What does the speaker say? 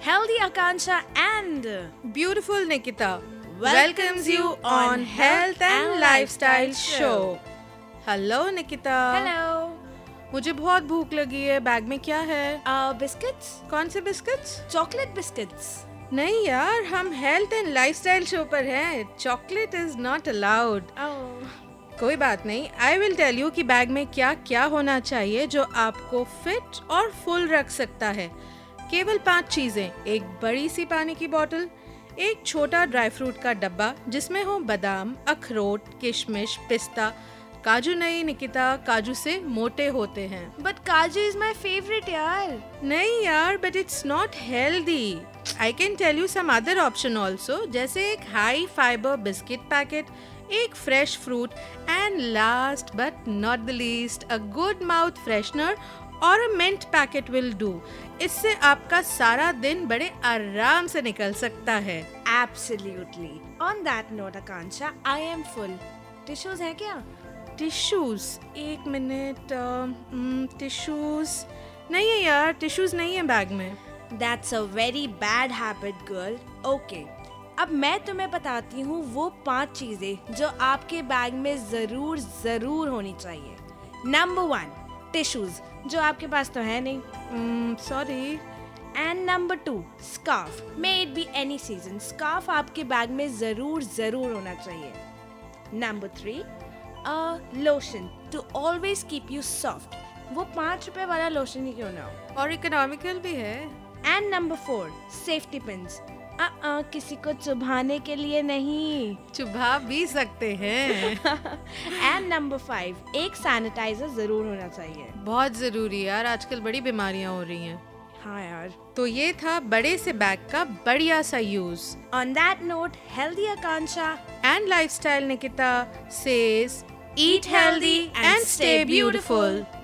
Healthy Akansha and uh, Beautiful Nikita Welcomes welcomes you you on on Health Health and and Lifestyle Lifestyle Show. Hello Nikita Hello. मुझे बहुत भूख लगी है bag में क्या है Uh, biscuits? कौन से बिस्किट्स Chocolate biscuits. नहीं यार हम हेल्थ एंड लाइफस्टाइल शो पर हैं chocolate is not allowed Oh. कोई बात नहीं आई विल टेल यू कि बैग में क्या क्या होना चाहिए जो आपको फिट और फुल रख सकता है केवल पांच चीज़ें एक बड़ी सी पानी की बॉटल एक छोटा ड्राई फ्रूट का डब्बा जिसमें हो बादाम अखरोट किशमिश पिस्ता काजू नहीं निकिता काजू से मोटे होते हैं But Kaju is my favorite, yaar. नहीं यार but it's not healthy I can tell you some other option also जैसे एक हाई फाइबर बिस्किट पैकेट एक fresh fruit and last but not the least a good mouth freshener और a mint packet will do इससे आपका सारा दिन बड़े आराम से निकल सकता है Absolutely. On that note, Akansha, I am full. Tissues hai kya? Tissues एक मिनट टिश्यूज नहीं है यार टिश्यूज नहीं है बैग में That's a very bad habit, girl. Okay. अब मैं तुम्हें बताती हूँ वो पांच चीजें जो आपके बैग में जरूर जरूर होनी चाहिए नंबर वन टिश्यूज जो आपके पास तो है नहीं Mm, sorry and number two scarf may it be any season scarf आपके बैग में ज़रूर ज़रूर होना चाहिए number three lotion to always keep you soft वो पाँच रुपए वाला लोशन ही क्यों ना हो और इकोनॉमिकल भी है and number four safety pins किसी को चुभाने के लिए नहीं चुभा भी सकते हैं एंड नंबर फाइव एक सैनिटाइजर ज़रूर होना चाहिए बहुत जरूरी यार आजकल बड़ी बीमारियां हो रही हैं हाँ यार तो ये था बड़े से बैग का बढ़िया सा use on that note healthy Akanksha and lifestyle Nikita says eat healthy and stay beautiful